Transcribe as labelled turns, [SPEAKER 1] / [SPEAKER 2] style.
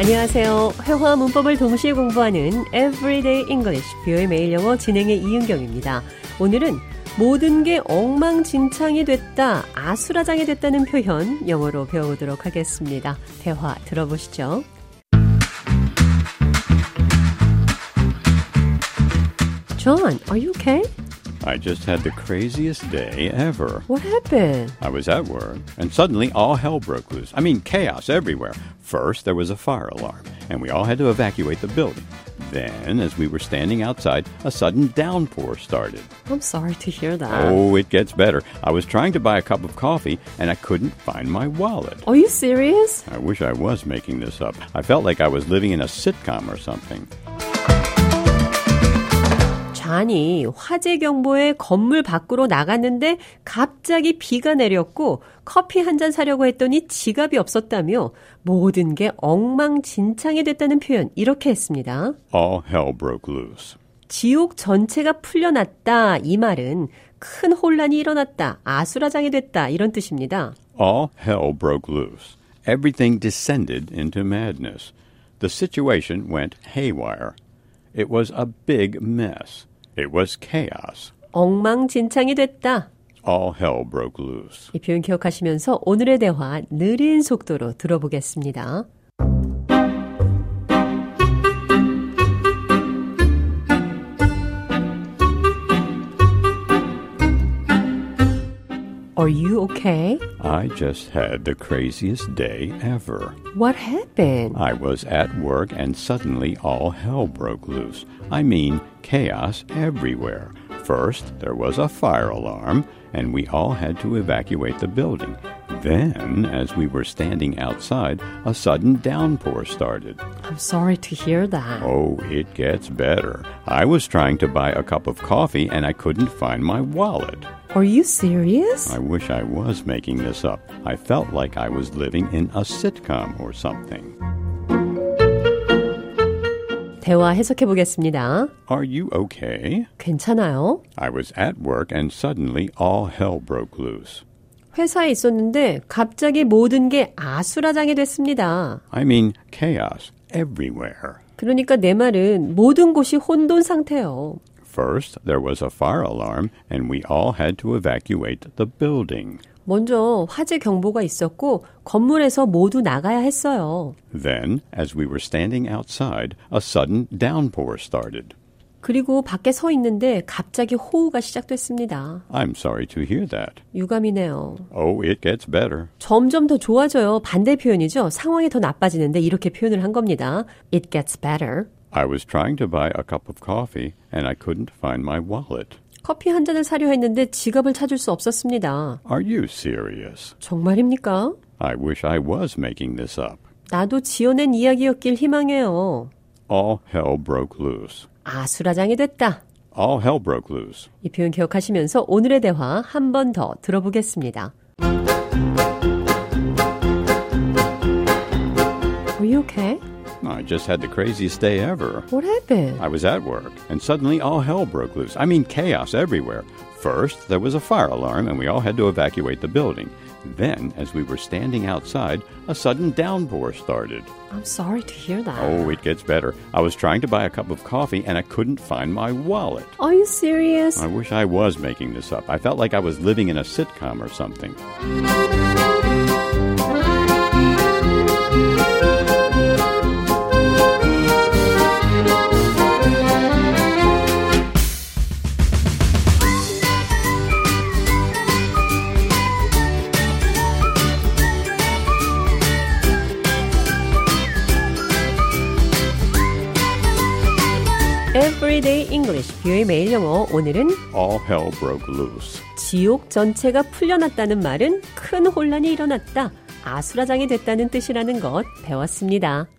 [SPEAKER 1] 안녕하세요. 회화 문법을 동시에 공부하는 Everyday English 뷰의 매일 영어 진행의 이은경입니다. 오늘은 모든 게 엉망진창이 됐다, 아수라장이 됐다는 표현 영어로 배워보도록 하겠습니다. 대화 들어보시죠. John, are you okay?
[SPEAKER 2] I just had the craziest day ever.
[SPEAKER 1] What happened?
[SPEAKER 2] I was at work, and suddenly all hell broke loose. I mean, chaos everywhere. First, there was a fire alarm, and we all had to evacuate the building. Then, as we were standing outside, a sudden downpour started.
[SPEAKER 1] I'm sorry to hear that.
[SPEAKER 2] Oh, it gets better. I was trying to buy a cup of coffee, and I couldn't find my wallet.
[SPEAKER 1] Are you serious?
[SPEAKER 2] I wish I was making this up. I felt like I was living in a sitcom or something.
[SPEAKER 1] 잔이 화재 경보에 건물 밖으로 나갔는데 갑자기 비가 내렸고 커피 한 잔 사려고 했더니 지갑이 없었다며 모든 게 엉망진창이 됐다는 표현 이렇게 했습니다.
[SPEAKER 2] All hell broke loose.
[SPEAKER 1] 지옥 전체가 풀려났다 이 말은 큰 혼란이 일어났다 아수라장이 됐다 이런 뜻입니다.
[SPEAKER 2] All hell broke loose. Everything descended into madness. The situation went haywire. It was a big mess. It was chaos.
[SPEAKER 1] 엉망진창이 됐다.
[SPEAKER 2] All hell broke loose.
[SPEAKER 1] 이 표현 기억하시면서 오늘의 대화 느린 속도로 들어보겠습니다. Are you okay?
[SPEAKER 2] I just had the craziest day ever.
[SPEAKER 1] What happened?
[SPEAKER 2] I was at work and suddenly all hell broke loose. I mean, chaos everywhere. First, there was a fire alarm, and we all had to evacuate the building. Then, as we were standing outside, a sudden downpour started.
[SPEAKER 1] I'm sorry to hear that.
[SPEAKER 2] Oh, it gets better. I was trying to buy a cup of coffee and I couldn't find my wallet.
[SPEAKER 1] Are you serious?
[SPEAKER 2] I wish I was making this up. I felt like I was living in a sitcom or something.
[SPEAKER 1] 대화 해석해 보겠습니다.
[SPEAKER 2] Are you okay?
[SPEAKER 1] 괜찮아요?
[SPEAKER 2] I was at work and suddenly all hell broke loose.
[SPEAKER 1] 회사에 있었는데 갑자기 모든 게 아수라장이 됐습니다.
[SPEAKER 2] I mean, chaos everywhere.
[SPEAKER 1] 그러니까 내 말은 모든 곳이 혼돈 상태요.
[SPEAKER 2] First, there was a fire alarm and we all had to evacuate the building.
[SPEAKER 1] 먼저 화재 경보가 있었고 건물에서 모두 나가야 했어요.
[SPEAKER 2] Then, as we were standing outside, a sudden downpour started.
[SPEAKER 1] 그리고 밖에 서 있는데 갑자기 호우가 시작됐습니다.
[SPEAKER 2] I'm sorry to hear that.
[SPEAKER 1] 유감이네요.
[SPEAKER 2] Oh, it gets better.
[SPEAKER 1] 점점 더 좋아져요. 반대 표현이죠. 상황이 더 나빠지는데 이렇게 표현을 한 겁니다. It gets better.
[SPEAKER 2] I was trying to buy a cup of coffee and I couldn't find my wallet.
[SPEAKER 1] 커피 한 잔을 사려 했는데 지갑을 찾을 수 없었습니다.
[SPEAKER 2] Are you serious?
[SPEAKER 1] 정말입니까?
[SPEAKER 2] I wish I was making this up.
[SPEAKER 1] 나도 지어낸 이야기였길 희망해요.
[SPEAKER 2] All hell broke loose.
[SPEAKER 1] 아수라장이 됐다.
[SPEAKER 2] All hell broke loose.
[SPEAKER 1] 이 표현 기억하시면서 오늘의 대화 한 번 더 들어보겠습니다. Are you okay?
[SPEAKER 2] I just had the craziest day ever.
[SPEAKER 1] What happened?
[SPEAKER 2] I was at work, and suddenly all hell broke loose. I mean, chaos everywhere. First, there was a fire alarm, and we all had to evacuate the building. Then, as we were standing outside, a sudden downpour started.
[SPEAKER 1] I'm sorry to hear that.
[SPEAKER 2] Oh, it gets better. I was trying to buy a cup of coffee, and I couldn't find my wallet.
[SPEAKER 1] Are you serious?
[SPEAKER 2] I wish I was making this up. I felt like I was living in a sitcom or something.
[SPEAKER 1] Everyday English 뷰의 매일 영어 오늘은
[SPEAKER 2] All hell broke loose.
[SPEAKER 1] 지옥 전체가 풀려났다는 말은 큰 혼란이 일어났다. 아수라장이 됐다는 뜻이라는 것 배웠습니다.